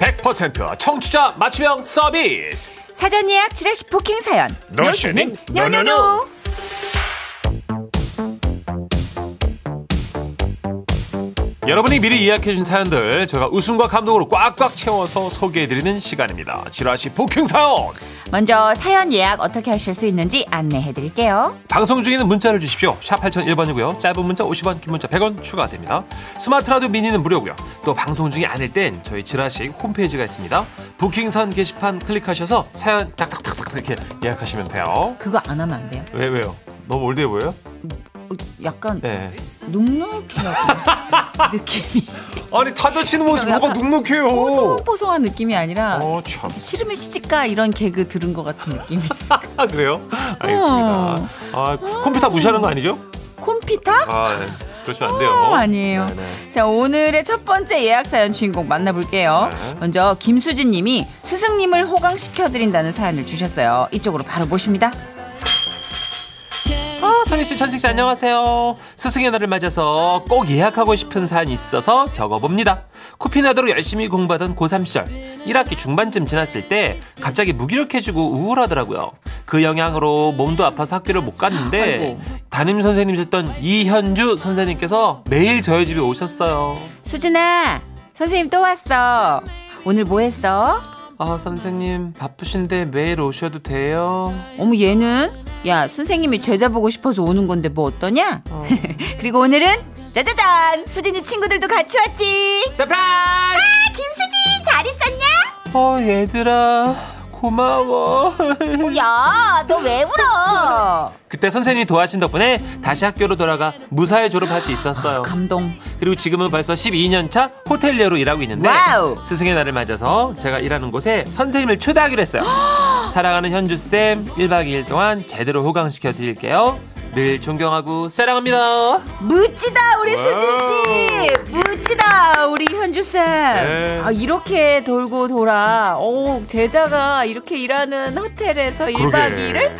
100% 청취자 맞춤형 서비스. 사전 예약 지라시 포킹 사연. 노션은 노노노. 여러분이 미리 예약해준 사연들 저희가 웃음과 감동으로 꽉꽉 채워서 소개해드리는 시간입니다. 지라시 복행 사연. 먼저 사연 예약 어떻게 하실 수 있는지 안내해 드릴게요. 방송 중에는 문자를 주십시오. 샵 8001번이고요. 짧은 문자 50원, 긴 문자 100원 추가됩니다. 스마트 라디오 미니는 무료고요. 또 방송 중이 아닐 땐 저희 지라시 홈페이지가 있습니다. 부킹선 게시판 클릭하셔서 사연 딱딱딱딱 이렇게 예약하시면 돼요. 그거 안 하면 안 돼요. 왜 왜요? 너무 올드해 보여요? 어, 약간 네. 눅눅해요. 느낌이. 아니 타자 치는 모습 뭐가 약간 눅눅해요. 뽀송뽀송한 느낌이 아니라 어 참. 싫으면 시집가 이런 개그 들은 것 같은 느낌이. 아 그래요? 어. 알겠습니다. 아 컴퓨터 무시하는 거 아니죠? 콤피타? 아 네. 그러시면 안 돼요. 어, 아니에요. 네네. 자, 오늘의 첫 번째 예약 사연 주인공 만나볼게요. 네. 먼저 김수진 님이 스승님을 호강시켜드린다는 사연을 주셨어요. 이쪽으로 바로 모십니다. 아, 선희 씨, 천식 씨, 안녕하세요. 스승의 날을 맞아서 꼭 예약하고 싶은 사연이 있어서 적어봅니다. 코피나도록 열심히 공부하던 고3 시절, 1학기 중반쯤 지났을 때 갑자기 무기력해지고 우울하더라고요. 그 영향으로 몸도 아파서 학교를 못 갔는데 아이고. 담임 선생님이셨던 이현주 선생님께서 매일 저희 집에 오셨어요. 수진아, 선생님 또 왔어. 오늘 뭐 했어? 아, 선생님, 바쁘신데 매일 오셔도 돼요? 어머, 얘는? 야, 선생님이 제자 보고 싶어서 오는 건데 뭐 어떠냐? 어. 그리고 오늘은 짜자잔! 수진이 친구들도 같이 왔지. 서프라이즈! 아, 김수진 잘 있었냐? 어, 얘들아, 고마워. 야, 너 왜 울어? 그때 선생님이 도와주신 덕분에 다시 학교로 돌아가 무사히 졸업할 수 있었어요. 감동. 그리고 지금은 벌써 12년 차 호텔리어로 일하고 있는데 와우. 스승의 날을 맞아서 제가 일하는 곳에 선생님을 초대하기로 했어요. 사랑하는 현주 쌤, 1박 2일 동안 제대로 호강시켜 드릴게요. 늘 존경하고 사랑합니다. 무찌다 우리 와우. 수진 씨, 무찌다 우리 현주 쌤. 네. 아 이렇게 돌고 돌아, 오 제자가 이렇게 일하는 호텔에서 1박 2일을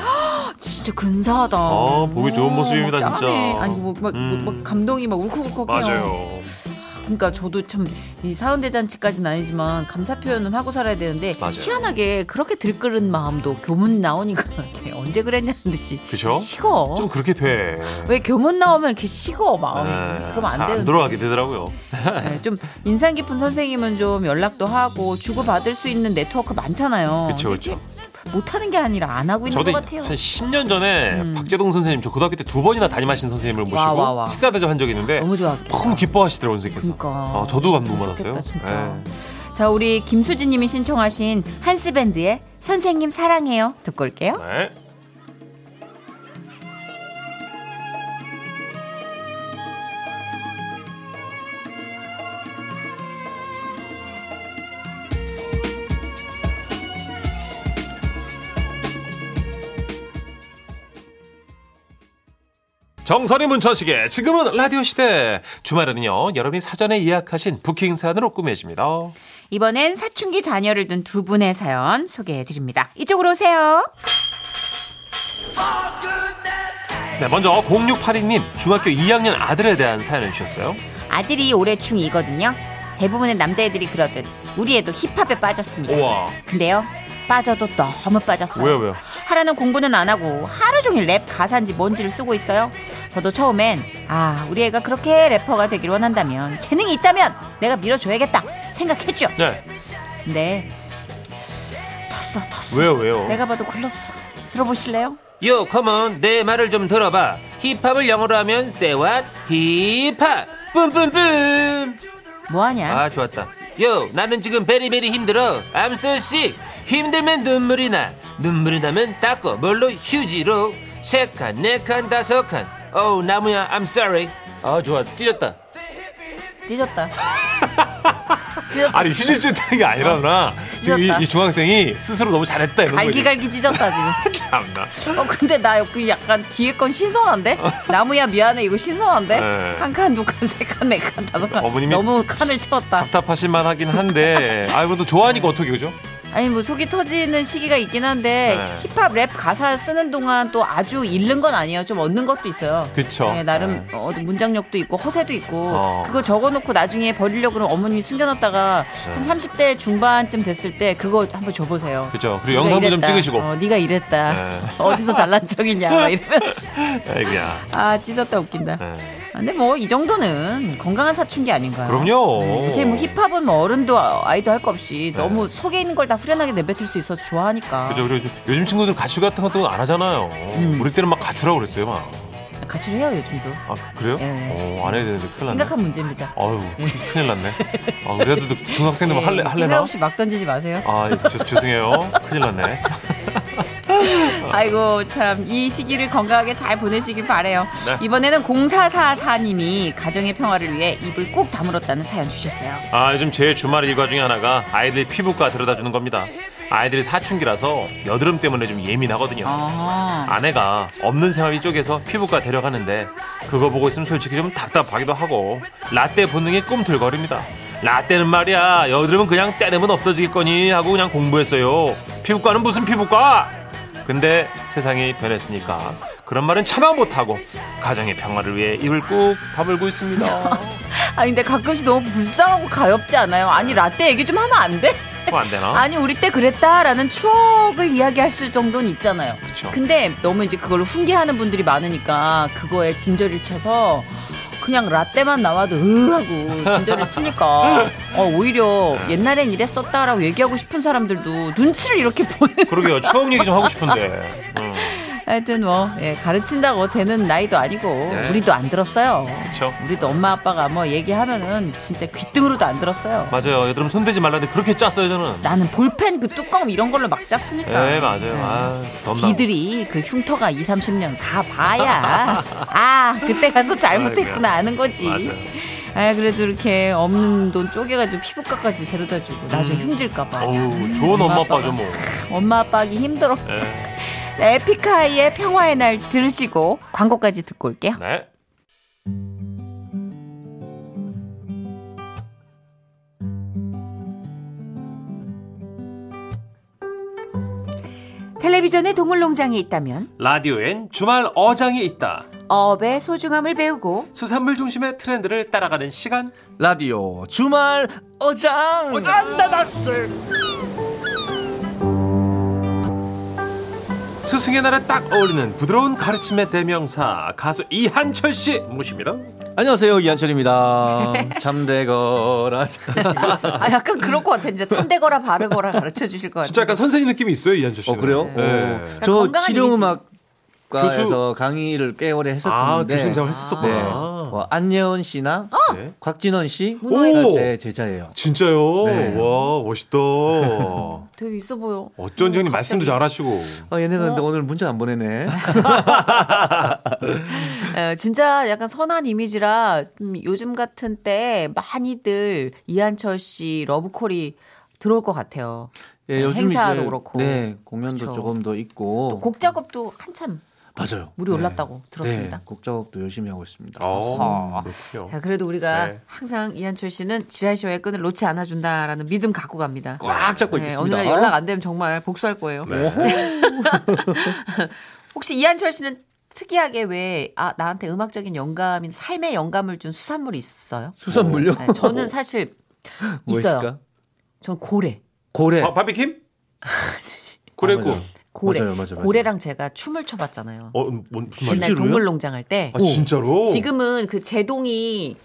진짜 근사하다. 아, 보기 좋은 오, 모습입니다, 진짜. 짠해. 아니 뭐, 막, 뭐, 음. 막 감동이 막 울컥울컥해요. 그러니까 저도 참 이 사은대잔치까지는 아니지만 감사 표현은 하고 살아야 되는데 맞아요. 희한하게 그렇게 들끓은 마음도 교문 나오니까 이렇게 언제 그랬냐는 듯이 그쵸? 식어. 좀 그렇게 돼. 왜 교문 나오면 이렇게 식어 마음이 네, 그러면 잘 안 되는데 돌아가게 되더라고요. 네, 좀 인상 깊은 선생님은 좀 연락도 하고 주고받을 수 있는 네트워크 많잖아요 그쵸, 그쵸. 근데 이게 못하는 게 아니라 안 하고 있는 저도 것 한 같아요 10년 전에 박재동 선생님, 저 고등학교 때 두 번이나 담임하신 선생님을 모시고 음. 와, 와, 와. 식사 대접 한 적이 있는데 너무 좋았겠다 너무 기뻐하시더라고요 선생님께서 그러니까. 아, 저도 감동 좋겠다, 받았어요 진짜. 네. 자 우리 김수진님이 신청하신 한스밴드의 선생님 사랑해요 듣고 올게요 네. 정선이 문천식의 지금은 라디오 시대 주말에는요 여러분이 사전에 예약하신 부킹 사연으로 꾸며집니다 이번엔 사춘기 자녀를 둔 두 분의 사연 소개해드립니다 이쪽으로 오세요 네, 먼저 0682님 중학교 2학년 아들에 대한 사연을 주셨어요 아들이 올해 중2거든요 대부분의 남자애들이 그러듯 우리 애도 힙합에 빠졌습니다 우와 근데요 빠져도 너무 빠졌어요 왜요 왜요 하라는 공부는 안 하고 하루 종일 랩 가사인지 뭔지를 쓰고 있어요 저도 처음엔 아 우리 애가 그렇게 래퍼가 되길 원한다면 재능이 있다면 내가 밀어줘야겠다 생각했죠 네 근데 텄어 텄어 왜요 왜요 내가 봐도 굴렀어 들어보실래요? 요 컴온 내 말을 좀 들어봐 힙합을 영어로 하면 say what 힙합 뿜뿜뿜 뭐하냐 아 좋았다 요 나는 지금 베리베리 힘들어 I'm so sick 힘들면 눈물이 나 눈물이 나면 닦고 뭘로 휴지로 세칸 네칸 다섯 칸어 나무야 I'm sorry 아 좋아 찢었다 찢었다 찢었다 아니 휴지 찢는 게 아니라 누나 지금 이, 찢었다. 이 중학생이 스스로 너무 잘했다 이런 거지 어, 갈기갈기 찢었다 지금 참나 어 근데 나 여기 약간 뒤에 건 신선한데 나무야 미안해 이거 신선한데 네. 한 칸 두 칸 세 칸 네 칸 다섯 칸 어머님이 너무 칸을 채웠다 답답하실만 하긴 한데 아 이거 또 좋아하니까 어떻게 그죠? 아니 뭐 속이 터지는 시기가 있긴 한데 네. 힙합 랩 가사 쓰는 동안 또 아주 잃는 건 아니에요. 좀 얻는 것도 있어요. 그쵸. 네, 나름 어, 문장력도 있고 허세도 있고 어. 그거 적어놓고 나중에 버리려고 그러면 어머님이 숨겨놨다가 네. 한 30대 중반쯤 됐을 때 그거 한번 줘보세요. 그죠. 그리고 영상도 좀 이랬다. 찍으시고. 어, 네가 이랬다. 네. 어디서 잘난 척이냐 막 이러면서 아이고야. 아 찢었다 웃긴다. 네. 근데 뭐 이 정도는 건강한 사춘기 아닌가요? 그럼요. 요새 뭐 힙합은 뭐 어른도 아이도 할 거 없이 네. 너무 속에 있는 걸 다 후련하게 내뱉을 수 있어서 좋아하니까 그죠. 그리고 요- 요즘 친구들 가출 같은 것도 안 하잖아요. 음. 우리 때는 막 가출하고 그랬어요, 막. 가출해요 요즘도 아, 그래요? 예. 어, 안 해야 되는데 큰일 났네. 심각한 문제입니다. 아유, 큰일 났네. 아, 그래도 중학생들 뭐 할래, 예, 생각 할래나? 없이 막 던지지 마세요. 아, 예, 죄- 죄송해요. 큰일 났네. 네. 아이고 참 이 시기를 건강하게 잘 보내시길 바래요. 네. 이번에는 0444님이 가정의 평화를 위해 입을 꾹 다물었다는 사연 주셨어요. 아, 요즘 제 주말 일과 중에 하나가 아이들 피부과 데려다 주는 겁니다. 아이들이 사춘기라서 여드름 때문에 좀 예민하거든요. 어. 아내가 없는 생활이 쪽에서 피부과 데려가는데 그거 보고 있으면 솔직히 좀 답답하기도 하고 라떼 본능이 꿈틀거립니다. 라떼는 말이야 여드름은 그냥 때내면 없어지겠거니 하고 그냥 공부했어요. 피부과는 무슨 피부과? 근데 세상이 변했으니까 그런 말은 참아 못하고 가정의 평화를 위해 입을 꾹 다물고 어, 있습니다. 아 근데 가끔씩 너무 불쌍하고 가엾지 않아요? 아니 라떼 얘기 좀 하면 안 돼? 뭐 안 되나? 아니 우리 때 그랬다라는 추억을 이야기할 수 정도는 있잖아요. 그쵸. 근데 너무 이제 그걸로 훈계하는 분들이 많으니까 그거에 진저를 쳐서 그냥 라떼만 나와도 으 하고 진저를 치니까 어, 오히려 네. 옛날엔 이랬었다라고 얘기하고 싶은 사람들도 눈치를 이렇게 보는 그러게요. 추억 얘기 좀 하고 싶은데. 음, 하여튼 뭐 예, 가르친다고 되는 나이도 아니고 네. 우리도 안 들었어요. 그쵸. 우리도 엄마 아빠가 뭐 얘기하면은 진짜 귀등으로도 안 들었어요. 맞아요. 여드름 손대지 말라는데 그렇게 짰어요 저는. 나는 볼펜 그 뚜껑 이런 걸로 막 짰으니까. 예, 맞아요. 아, 덤나. 지들이 그 흉터가 2, 30년 가봐야 아 그때 가서 잘못했구나 아는 거지. 맞아요. 아 그래도 이렇게 없는 돈 쪼개가지고 피부과까지 데려다주고 나중에 흉질까봐. 음. 어우, 좋은 엄마 아빠가 아빠죠 뭐. 참 엄마 아빠기 힘들어. 네. 에픽하이의 평화의 날 들으시고 광고까지 듣고 올게요. 네. 네. 텔레비전에 동물농장이 있다면 라디오엔 주말 어장이 있다. 업의 소중함을 배우고 수산물 중심의 트렌드를 따라가는 시간. 라디오 주말 어장. 스승의 날에 딱 어울리는 부드러운 가르침의 대명사 가수 이한철 씨 모십니다. 안녕하세요 이한철입니다. 네. 잠대거라. 아 약간 그럴 것 같아 진짜 참대거라 바르거라 가르쳐 주실 것 같아. 진짜 약간 선생님 느낌이 있어요 이한철 씨. 어 그래요? 네. 어, 저 건강한 치료음악과에서 강의를 꽤 오래 아 했었는데. 교수님 생활 네. 아. 했었구나. 뭐 안예원 씨나 어! 네. 곽진원 씨, 문어의 오! 오! 제 제자예요. 진짜요? 네. 와 멋있다. 되게 있어 보여. 어쩐지 형님 말씀도 잘하시고. 아, 얘네가 어? 근데 오늘 문자 안 보내네. 에, 어, 진짜 약간 선한 이미지라 좀 요즘 같은 때 많이들 이한철 씨 러브콜이 들어올 것 같아요. 예, 요즘 행사도 이제, 그렇고. 네, 공연도 그쵸. 조금 더 있고. 또 곡 작업도 한참 맞아요. 물이 네. 올랐다고 들었습니다. 네, 곡 작업도 열심히 하고 있습니다. 아 어? 그렇군요. 자, 그래도 우리가 네. 항상 이한철 씨는 지라시와의 끈을 놓지 않아 준다라는 믿음 갖고 갑니다. 꽉 잡고 네, 있겠습니다. 네. 오늘 연락 안 되면 정말 복수할 거예요. 혹시 이한철 씨는 특이하게 왜 아, 나한테 음악적인 영감인 삶의 영감을 준 수산물이 있어요? 수산물요? 네, 저는 사실 뭐 있어요. 있을까? 전 고래. 고래. 아 바비킴? 그랬고. 아, 맞아요. 고래. 맞아요, 맞아요, 맞아요. 고래랑 제가 춤을 춰봤잖아요. 어 음, 뭔- 무슨 말이야? 옛날 진짜로요? 동물농장 할 때. 아 진짜로? 지금은 그 제동이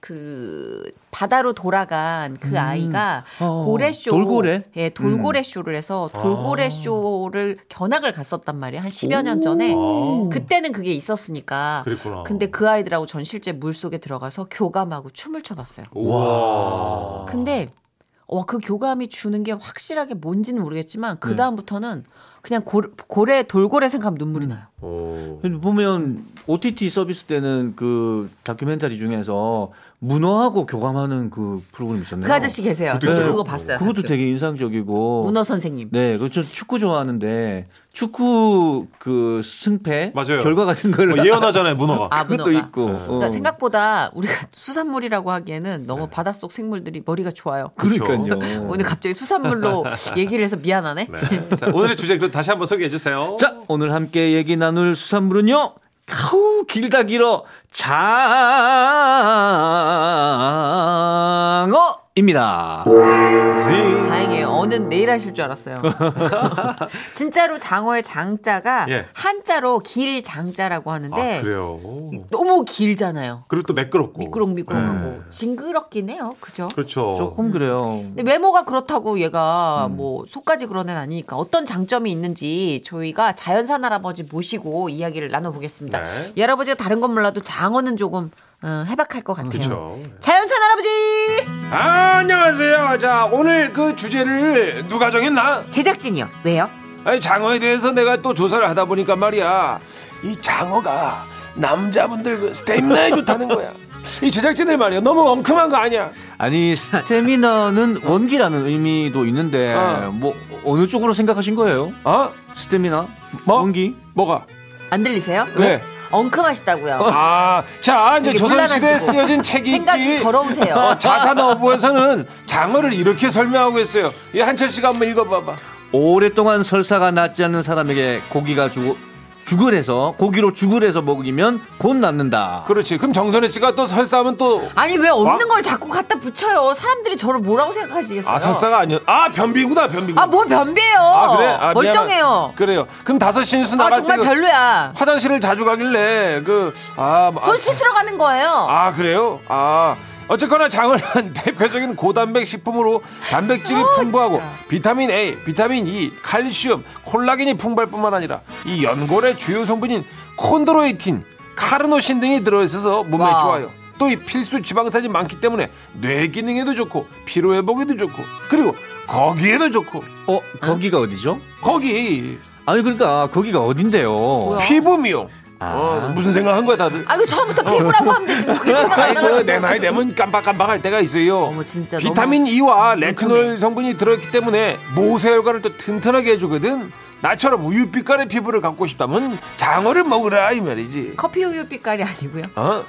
그 바다로 돌아간 그 아이가 어, 고래쇼 돌고래? 예 돌고래 쇼를 해서 돌고래 아. 쇼를 견학을 갔었단 말이에요 한 10여 년 전에 아, 그때는 그게 있었으니까 그랬구나. 근데 그 아이들하고 전 실제 물 속에 들어가서 교감하고 춤을 춰봤어요 와. 근데 어, 그 교감이 주는 게 확실하게 뭔지는 모르겠지만 그 다음부터는 그냥 고, 고래 돌고래 생각하면 눈물이 나요. 어, 오. 근데 보면 OTT 서비스 때는 그 다큐멘터리 중에서 문어하고 교감하는 그 프로그램 있었네요. 그 아저씨 계세요. 그것도 저도 있어요? 그거 봤어요. 그것도 학교. 되게 인상적이고. 문어 선생님. 네, 그저 축구 좋아하는데 축구 그 승패 맞아요. 결과 같은 걸 어, 예언하잖아요, 문어가. 아, 그것도 문어가. 있고. 그러니까 어. 생각보다 우리가 수산물이라고 하기에는 너무 바닷속 생물들이 머리가 좋아요. 그러니까요. 오늘 갑자기 수산물로 얘기를 해서 미안하네. 네. 자, 오늘의 주제 그럼 다시 한번 소개해 주세요. 자, 오늘 함께 얘기 나눌 수산물은요. 아우 길다 길어 장어입니다. 다행이에요. 어는 내일 하실 줄 알았어요. 진짜로 장어의 장자가 예. 한자로 길 장자라고 하는데 아, 그래요. 너무 길잖아요. 그리고 또 매끄럽고. 네. 미끄럼미끄럼하고 네. 징그럽긴 해요. 그죠? 그렇죠. 조금 그래요. 근데 외모가 그렇다고 얘가 음. 뭐 속까지 그런 애는 아니니까 어떤 장점이 있는지 저희가 자연산 할아버지 모시고 이야기를 나눠보겠습니다. 네. 이 할아버지가 다른 건 몰라도 장어는 조금 어, 해박할 것 같아요. 그렇죠. 자연산 할아버지 아, 안녕하세요. 자, 오늘 그 주제를 누가 정했나? 제작진이요. 왜요? 아니, 장어에 대해서 내가 또 조사를 하다 보니까 말이야. 이 장어가 남자분들 그 스태미나에 좋다는 거야. 이 제작진들 말이야. 너무 엉큼한 거 아니야. 아니 스테미나는 원기라는 의미도 있는데 어. 뭐 어느 쪽으로 생각하신 거예요? 어? 스테미나 뭐? 원기? 뭐가? 안 들리세요? 네. 엉큼하시다고요. 아, 자, 이제 되게 조선시대에 혼란하시고. 쓰여진 책이 어. 생각이 있지. 더러우세요. 어, 자산어부에서는 장어를 이렇게 설명하고 있어요. 이 한철 씨가 한번 읽어봐봐. 오랫동안 설사가 낫지 않는 사람에게 고기가 죽 죽을 해서 고기로 죽을 해서 먹이면 곧 낫는다. 그렇지. 그럼 정선혜 씨가 또 설사하면 또. 아니 왜 없는 와? 걸 자꾸 갖다 붙여요? 사람들이 저를 뭐라고 생각하시겠어요? 아, 설사가 아니야. 아, 변비구나, 변비구. 아, 뭐 변비예요. 아, 그래? 아, 미안하- 멀쩡해요. 그래요. 그럼 다섯 신수 아 나갈 정말 때. 그 별로야. 화장실을 자주 가길래, 그, 아. 아, 손 씻으러 가는 거예요. 아, 그래요? 아. 어쨌거나 장어는 대표적인 고단백 식품으로 단백질이 어, 풍부하고 진짜. 비타민 A, 비타민 E, 칼슘, 콜라겐이 풍부할 뿐만 아니라 이 연골의 주요 성분인 콘드로이틴, 카르노신 등이 들어있어서 몸에 와. 좋아요. 또 이 필수 지방산이 많기 때문에 뇌 기능에도 좋고 피로 회복에도 좋고 그리고 거기에도 좋고 어 거기가 어디죠? 거기 아니 그러니까 거기가 어딘데요? 뭐야? 피부 미용 아. 어, 무슨 생각한 거야 다들? 아, 이거 처음부터 피부라고 하면 되지. 뭐 그게 생각 안 아이고 나가지고. 내 나이 되면 깜빡깜빡할 때가 있어요. 어머, 진짜 너무 비타민 E와 엉큼해. 레티놀 성분이 들어있기 때문에 모세혈관을 또 튼튼하게 해주거든. 나처럼 우유 빛깔의 피부를 갖고 싶다면 장어를 먹으라 이 말이지. 커피 우유 빛깔이 아니고요. 어?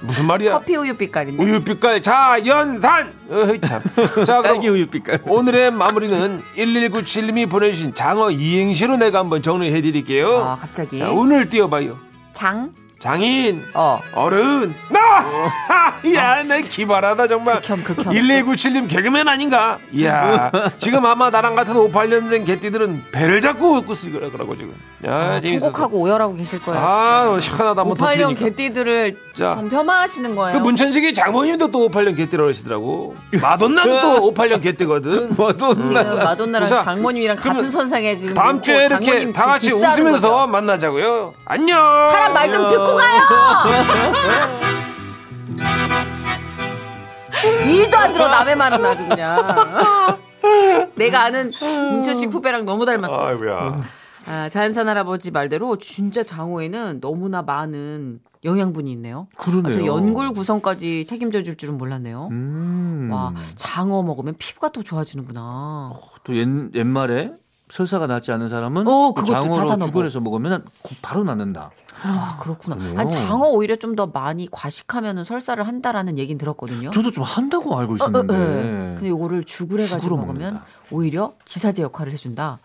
무슨 말이야? 커피 우유 빛깔인데. 우유 빛깔 자연산. 어이 참. 자 딸기 그럼 우유 빛깔. 어. 오늘의 마무리는 1197님이 보내주신 장어 이행시로 내가 한번 정리해드릴게요. 아, 갑자기. 자, 오늘 뛰어봐요. 장. 장인. 어. 아, 어른 나! 야, 내 기발하다 정말. 아, 극혐, 극혐. 1197님 개그맨 아닌가? 이야, 지금 아마 나랑 같은 58년생 개띠들은 배를 잡고 웃고 쓰기라 그러고 지금. 야, 아, 재밌었어. 통곡하고 오열하고 계실 거예요. 아, 오늘 시원하다 한번 58년 터뜨리니까. 개띠들을 자. 좀 폄하하시는 그 거예요. 문천식이 장모님도 또 58년 개띠라고 하시더라고. 마돈나도 또 58년 개띠거든. 뭐또 지금 마돈나랑 자, 장모님이랑 같은 그러면 선상에 지금 다음 놓고 주에 이렇게 장모님 다 같이 지금 비싸는 웃으면서 거죠. 만나자고요. 안녕. 사람 말 좀 듣고 가요. 일도 안 들어 남의 말은 아주 그냥. 내가 아는 문천식 후배랑 너무 닮았어. 아이고야. 아, 자연산 할아버지 말대로 진짜 장어에는 너무나 많은 영양분이 있네요. 그러네요. 아, 저 연골 구성까지 책임져 줄 줄은 몰랐네요. 음. 와, 장어 먹으면 피부가 또 좋아지는구나. 또 옛, 옛말에 설사가 낫지 않은 사람은 어, 그것도 장어로 자산어고. 죽을 해서 먹으면 곧 바로 낫는다. 아, 그렇구나. 그래요? 아니, 장어 오히려 좀 더 많이 과식하면 설사를 한다라는 얘긴 들었거든요. 저도 좀 한다고 어, 알고 어, 있었는데. 어. 근데 요거를 죽을 해가지고 죽으로 먹으면 먹는다. 오히려 지사제 역할을 해준다.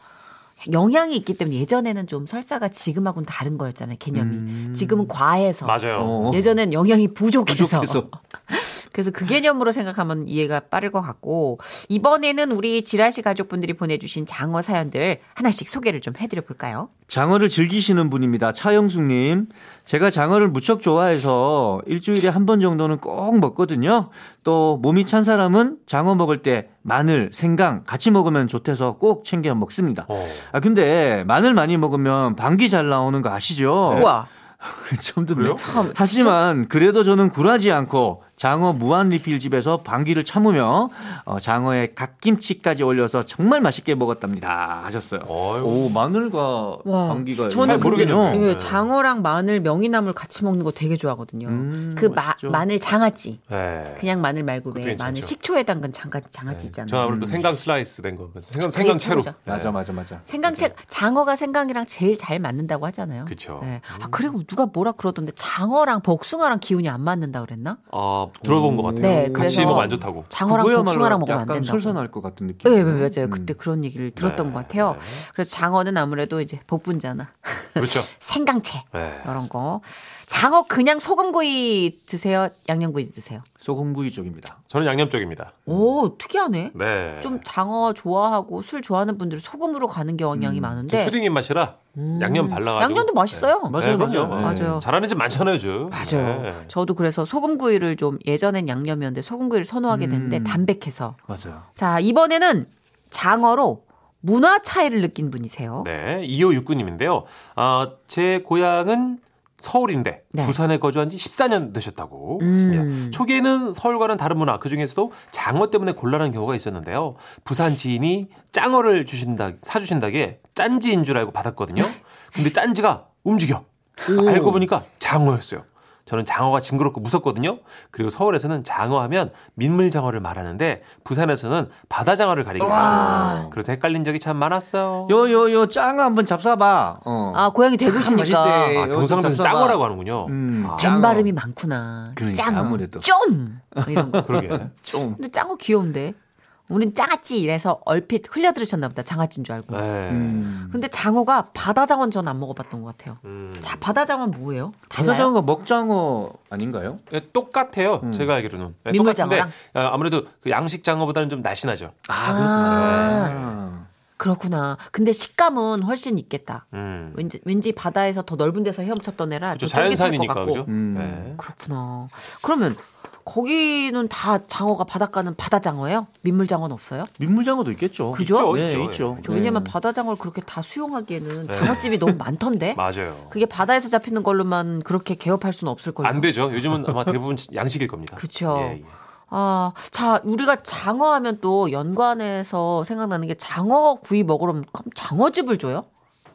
영양이 있기 때문에 예전에는 좀 설사가 지금하고는 다른 거였잖아요 개념이. 음. 지금은 과해서. 맞아요. 어, 예전엔 영양이 부족해서. 부족해서. 그래서 그 개념으로 생각하면 이해가 빠를 것 같고 이번에는 우리 지라시 가족분들이 보내주신 장어 사연들 하나씩 소개를 좀 해드려 볼까요? 장어를 즐기시는 분입니다. 차영숙님. 제가 장어를 무척 좋아해서 일주일에 한 번 정도는 꼭 먹거든요. 또 몸이 찬 사람은 장어 먹을 때 마늘, 생강 같이 먹으면 좋대서 꼭 챙겨 먹습니다. 어. 어. 아, 근데 마늘 많이 먹으면 방귀 잘 나오는 거 아시죠? 우와 처음 듣네. 그래요? 네. 참, 하지만 그래도 저는 굴하지 않고 장어 무한 리필 집에서 방귀를 참으며 어, 장어에 갓김치까지 올려서 정말 맛있게 먹었답니다. 하셨어요. 어이구. 오 마늘과 와, 방귀가 저는 잘 모르겠네요. 그- 예, 장어랑 마늘 명이나물 같이 먹는 거 되게 좋아하거든요. 음, 그 마, 맛있죠. 마늘 장아찌. 네. 그냥 마늘 말고 왜 괜찮죠. 마늘 식초에 담근 장가, 장아찌 네. 저는 있잖아요. 음. 아무래도 생강 슬라이스 된 거. 생강, 생강 채로. 최고죠. 맞아 맞아 맞아. 생강채 장어가 생강이랑 제일 잘 맞는다고 하잖아요. 그쵸. 예. 아 그리고 누가 뭐라 그러던데 장어랑 복숭아랑 기운이 안 맞는다 그랬나? 어, 들어본 것 같아요. 네, 같이 그래서- 먹으면 안 좋다고. 장어랑 그거야말로 복숭아랑 먹으면 안 약간 된다고. 설산할 것 같은 느낌. 네, 네, 맞아요. 음. 그때 그런 얘기를 들었던 네, 것 같아요. 네. 그래서 장어는 아무래도 이제 복분자나 그렇죠. 생강채 네. 이런 거. 장어 그냥 소금구이 드세요. 양념구이 드세요. 소금구이 쪽입니다. 저는 양념 쪽입니다. 오 특이하네. 네. 좀 장어 좋아하고 술 좋아하는 분들은 소금으로 가는 음, 경향이 좀 많은데 초딩 입맛이라 양념 발라가지고. 네. 음. 양념도 맛있어요. 아, 맞아요, 네, 그럼요. 맞아요. 네. 맞아요. 잘하는 집 많잖아요, 요즘. 맞아요. 네. 저도 그래서 소금구이를 좀 예전엔 양념이었는데 소금구이를 선호하게 됐는데 음. 담백해서. 맞아요. 자, 이번에는 장어로 문화 차이를 느낀 분이세요. 네, 2569님인데요. 아, 제 고향은 서울인데 네. 부산에 거주한 지 14년 되셨다고 음. 하십니다. 초기에는 서울과는 다른 문화, 그중에서도 장어 때문에 곤란한 경우가 있었는데요. 부산 지인이 짱어를 주신다, 사주신다기에 짠지인 줄 알고 받았거든요. 근데 짠지가 움직여. 알고 보니까 장어였어요. 저는 장어가 징그럽고 무섭거든요. 그리고 서울에서는 장어하면 민물장어를 말하는데 부산에서는 바다장어를 가리기도 하죠. 그래서 헷갈린 적이 참 많았어요. 요요요 짱어 한번 잡숴봐. 어. 아, 고향이 맛있대. 대구시니까. 아, 네, 경상도에서 어쩜 짱어라고 짭짤하- 하는군요. 음. 아, 된 발음이 많구나. 그러니까, 짱어. 아무래도. 좀 이런 거. 그러게. 좀. 근데 짱어 귀여운데. 우린 짱아찌 이래서 얼핏 흘려들으셨나 보다. 장아찌인 줄 알고. 네. 음. 근데 장어가 바다장어는 전 안 먹어봤던 것 같아요. 음. 자, 바다장어는 뭐예요? 달라요? 바다장어가 먹장어 아닌가요? 예, 똑같아요. 음. 제가 알기로는 예, 민물장어랑? 똑같은데 예, 아무래도 그 양식 장어보다는 네. 좀 날씬하죠. 아, 아. 그렇구나. 근데 식감은 훨씬 있겠다. 음. 왠지, 왠지 바다에서 더 넓은 데서 헤엄쳤던 애라 그렇죠. 좀 쫄깃할 것 자연산이니까 같고. 그죠. 음. 예. 그렇구나. 그러면 거기는 다 장어가 바닷가는 바다 장어예요? 민물 장어는 없어요? 민물장어도 있겠죠. 그죠? 네, 있죠, 있죠. 예. 저 그렇죠. 왜냐면 바다 장어를 그렇게 다 수용하기에는 네. 장어집이 너무 많던데. 맞아요. 그게 바다에서 잡히는 걸로만 그렇게 개업할 수는 없을 거예요. 안 되죠. 요즘은 아마 대부분 양식일 겁니다. 그쵸. 예, 예. 아, 자, 우리가 장어하면 또 연관해서 생각나는 게 장어 구이 먹으러 오면 그럼 장어즙을 줘요?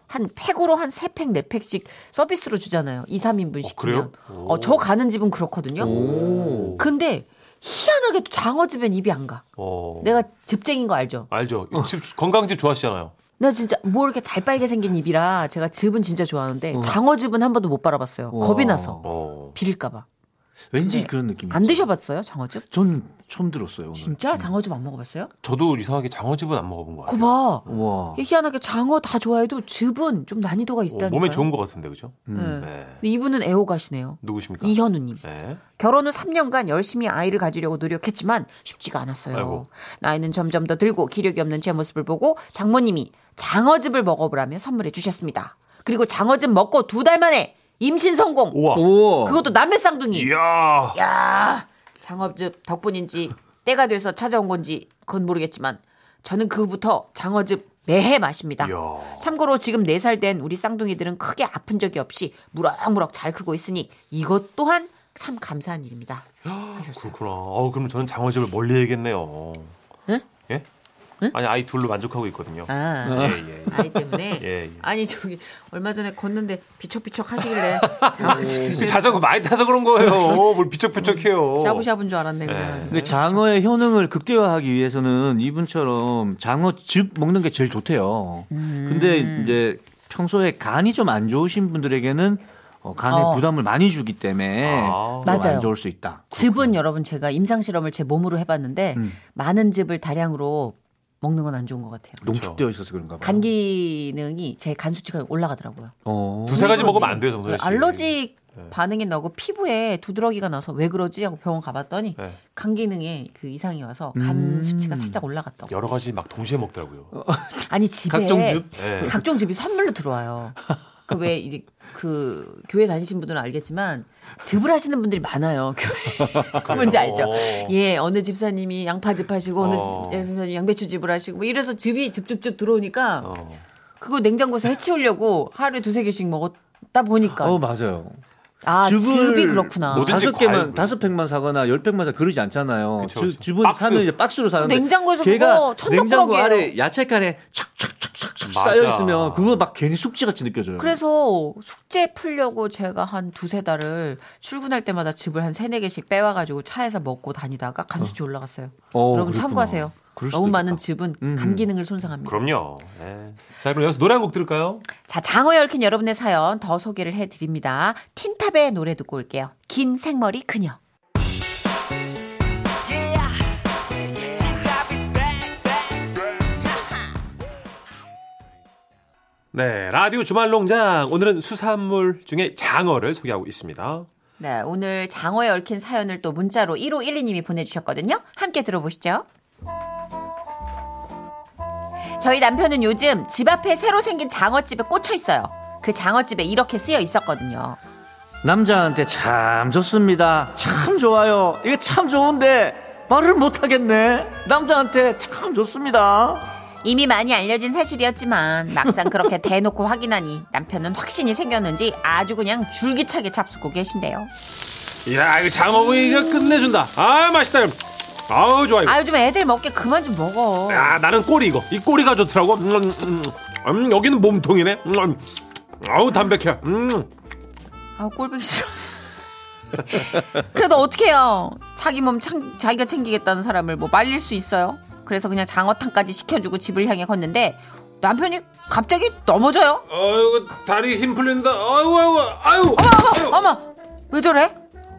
한 팩으로 한 세팩네팩씩 서비스로 주잖아요. 2, 3인분 그래요? 시키면. 어, 저 가는 집은 그렇거든요. 오. 근데 희한하게도 장어집엔 입이 안 가. 어. 내가 즙쟁인 거 알죠? 알죠. 어. 집, 건강집 좋아하시잖아요. 나 진짜 뭐 이렇게 잘 빨게 생긴 입이라 제가 즙은 진짜 좋아하는데 장어즙은 한 번도 못 바라봤어요. 우와. 겁이 나서 어. 비릴까봐. 왠지 네. 그런 느낌이. 안 있죠. 드셔봤어요 장어즙? 전 처음 들었어요. 오늘. 진짜 장어즙 안 먹어봤어요? 저도 이상하게 장어집은 안 먹어본 것 같아요. 그거 봐. 와. 이게 희한하게 장어 다 좋아해도 즙은 좀 난이도가 어, 있다니까요. 몸에 좋은 것 같은데 그죠? 네. 음. 네. 근데 이분은 애호가시네요. 누구십니까? 이현우님. 네. 결혼 후 3년간 열심히 아이를 가지려고 노력했지만 쉽지가 않았어요. 아이고. 나이는 점점 더 들고 기력이 없는 제 모습을 보고 장모님이 장어즙을 먹어보라며 선물해 주셨습니다. 그리고 장어즙 먹고 두 달 만에 임신 성공. 우와. 오. 그것도 남의 쌍둥이. 이야. 야 장어즙 덕분인지 때가 돼서 찾아온 건지 그건 모르겠지만 저는 그 후부터 장어즙 매해 마십니다. 이야. 참고로 지금 4살 된 우리 쌍둥이들은 크게 아픈 적이 없이 무럭무럭 잘 크고 있으니 이것 또한 참 감사한 일입니다. 하셨어요. 그렇구나. 어, 그럼 저는 장어집을 멀리 해야겠네요. 응? 예? 아니 아이 둘로 만족하고 있거든요. 네? 예, 아. 예. 아이 때문에 예, 예. 아니 저기 얼마 전에 걷는데 비척비척 하시길래 장어즙 지금 드실 예. 자전거 많이 타서 그런 거예요. 어, 뭘 비척비척해요. 샤브샤브인 줄 알았네 네. 그래가지고. 근데 장어의 효능을 극대화하기 위해서는 이분처럼 장어즙 먹는 게 제일 좋대요. 음. 근데 이제 평소에 간이 좀 안 좋으신 분들에게는 어, 간에 어. 부담을 많이 주기 때문에 아. 좀안 맞아요. 좋을 수 있다. 즙은 여러분 제가 임상 실험을 제 몸으로 해봤는데 많은 즙을 다량으로 먹는 건 안 좋은 것 같아요. 그렇죠. 농축되어 있어서 그런가 봐요. 간 기능이 제 간 수치가 올라가더라고요. 어. 두세 가지 왜 먹으면 그러지? 안 돼요, 정선 씨. 알러지 반응이 나고 피부에 두드러기가 나서 왜 그러지 하고 병원 가봤더니 네. 간 기능에 그 이상이 와서 간 음. 수치가 살짝 올라갔다고. 여러 가지 막 동시에 먹더라고요. 아니 집에 각종 즙? 예. 각종 즙이 선물로 들어와요. 그 왜 이제 그 교회 다니신 분들은 알겠지만 즙을 하시는 분들이 많아요. 교회 그 뭔지 알죠? 어. 예, 어느 집사님이 양파즙 하시고 어느 어. 집- 집사님이 양배추즙을 하시고 뭐 이래서 즙이 즙즙즙 들어오니까 어. 그거 냉장고에서 해치우려고 하루에 두세 개씩 먹었다 보니까 어 맞아요. 아, 즙을 즙이 그렇구나. 뭐든- 다섯 뭐든지 개만 과일. 다섯 팩만 사거나 열 팩만 사 그러지 않잖아요. 그쵸, 주- 그쵸. 주문 박스. 사면 이제 박스로 사는데 냉장고에서 그거 걔가 천덕꾸러기예요. 냉장고 아래 야채칸에 착착착착착 맞아. 쌓여 있으면 그거 막 괜히 숙지같이 느껴져요. 그래서 숙제 풀려고 제가 한 두세 달을 출근할 때마다 즙을 한 세네 개씩 빼와가지고 차에서 먹고 다니다가 간수치 올라갔어요. 어, 여러분 그랬구나. 참고하세요. 그럴 수도 너무 많은 있겠다. 즙은 음. 간 기능을 손상합니다. 그럼요. 예. 자, 그럼 여기서 노래 한 곡 들을까요? 자, 장어 열킨 여러분의 사연 더 소개를 해드립니다. 틴탑의 노래 듣고 올게요. 긴 생머리 그녀. 네, 라디오 주말 농장. 오늘은 수산물 중에 장어를 소개하고 있습니다. 네, 오늘 장어에 얽힌 사연을 또 문자로 1512님이 보내주셨거든요. 함께 들어보시죠. 저희 남편은 요즘 집 앞에 새로 생긴 장어집에 꽂혀 있어요. 그 장어집에 이렇게 쓰여 있었거든요. 남자한테 참 좋습니다. 참 좋아요. 이게 참 좋은데 말을 못 하겠네. 남자한테 참 좋습니다. 이미 많이 알려진 사실이었지만 막상 그렇게 대놓고 확인하니 남편은 확신이 생겼는지 아주 그냥 줄기차게 잡수고 계신데요. 이야, 이거 장어구이 이거 끝내준다. 아, 맛있다. 이거. 아우, 좋아. 이거. 아 요즘 애들 먹게 그만 좀 먹어. 아, 나는 꼬리 이거. 이 꼬리가 좋더라고. 음, 음, 음. 음, 여기는 몸통이네. 음, 음. 아우, 담백해. 음. 아우 꼴보기 싫어. 그래도 어떡해요. 자기 몸 챙, 자기가 챙기겠다는 사람을 뭐 말릴 수 있어요. 그래서 그냥 장어탕까지 시켜주고 집을 향해 걷는데 남편이 갑자기 넘어져요. 아이고, 다리 힘 풀린다. 아이고, 아이고, 아이고. 어머 어머 왜 저래?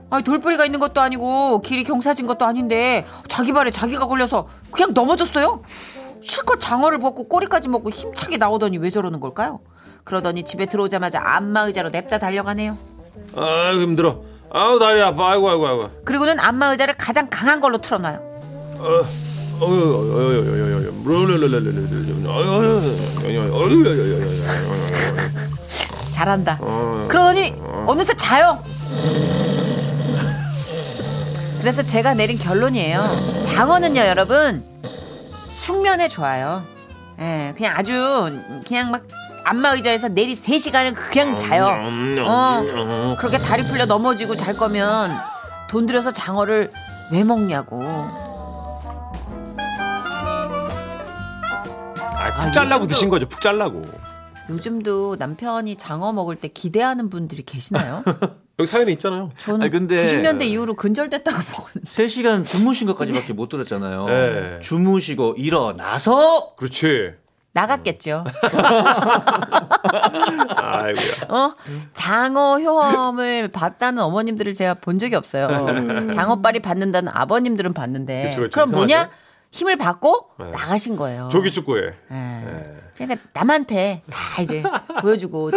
아 돌뿌리가 있는 것도 아니고 길이 경사진 것도 아닌데 자기 발에 자기가 걸려서 그냥 넘어졌어요. 실컷 장어를 먹고 꼬리까지 먹고 힘차게 나오더니 왜 저러는 걸까요? 그러더니 집에 들어오자마자 안마의자로 냅다 달려가네요. 아이고, 힘들어. 아우, 다리 아파. 아이고, 아이고, 아이고. 그리고는 안마 의자를 가장 강한 걸로 틀어놔요. 잘한다. 어. 그러더니 어느새 자요. 그래서 제가 내린 결론이에요. 장어는요, 여러분 숙면에 좋아요. 예, 그냥 아주 그냥 막 안마 의자에서 내리 3 시간을 음, 그냥 자요. 어, 그렇게 다리 풀려 넘어지고 잘 거면 돈 들여서 장어를 왜 먹냐고. 아, 푹 잘라고 드신 거죠. 푹 잘라고. 요즘도 남편이 장어 먹을 때 기대하는 분들이 계시나요? 여기 사연에 있잖아요. 저는 아니, 근데- 90년대 이후로 근절됐다고 먹었는데. 3시간 주무신 것까지밖에 못 들었잖아요. 네. 주무시고 일어나서 그렇지. 나갔겠죠. 아이고야. 어? 음. 장어 효험을 봤다는 어머님들을 제가 본 적이 없어요. 장어빨이 받는다는 아버님들은 봤는데. 음. 그쵸, 그쵸. 럼 뭐냐? 이상하죠? 힘을 받고 네. 나가신 거예요. 조기 네. 축구에. 예. 그러니까 남한테 다 이제 보여주고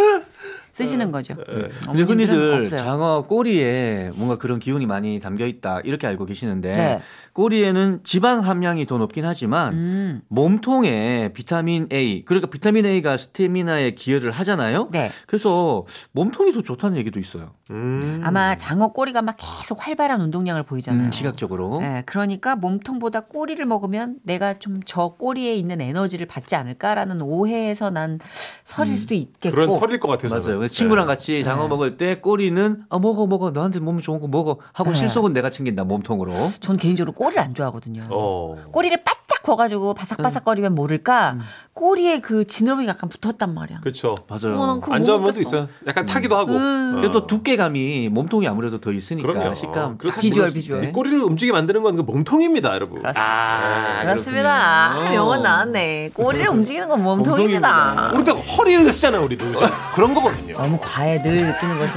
쓰시는 거죠. 네. 음. 근데 어머님들은 흔히들 없어요. 장어 꼬리에 뭔가 그런 기운이 많이 담겨 있다 이렇게 알고 계시는데 네. 꼬리에는 지방 함량이 더 높긴 하지만 음. 몸통에 비타민 A 그러니까 비타민 A가 스태미나에 기여를 하잖아요. 네. 그래서 몸통이 더 좋다는 얘기도 있어요. 음. 아마 장어 꼬리가 막 계속 활발한 운동량을 보이잖아요. 음, 시각적으로. 예, 그러니까 몸통보다 꼬리를 먹으면 내가 좀 저 꼬리에 있는 에너지를 받지 않을까라는 오해에서 난 설일 수도 있겠고. 음. 그런 설일 것 같아서. 네. 맞아요. 그래서 친구랑 같이 장어 먹을 때 꼬리는 아 먹어 먹어 너한테 몸 좋은 거 먹어 하고 네. 실속은 내가 챙긴다 몸통으로. 전 개인적으로 꼬리를 안 좋아하거든요. 어. 꼬리를 바짝 거가지고 바삭바삭거리면 모를까 꼬리에 그 지느러미가 약간 붙었단 말이야. 그렇죠. 맞아요. 어머, 난 그거 안 좋은 못 것도 먹겠어. 있어요. 약간 타기도 하고. 음. 어. 그리고 또 두께감이 몸통이 아무래도 더 있으니까 그럼요. 어, 식감. 그리고 딱 사실 비주얼, 물었을 비주얼. 때. 이 꼬리를 움직이게 만드는 건 그 몸통입니다, 여러분. 그렇습니다. 아, 그렇습니다. 그렇군요. 영어 나왔네. 꼬리를 움직이는 건 몸통입니다. 몸통입니다. 우리도 허리를 쓰잖아요, 우리도. 그죠? 그런 거거든요. 너무 과해 늘 느끼는 거죠.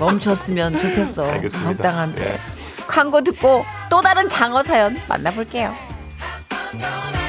멈췄으면 좋겠어. 알겠습니다. 적당한데. 예. 광고 듣고 또 다른 장어 사연 만나볼게요. 넌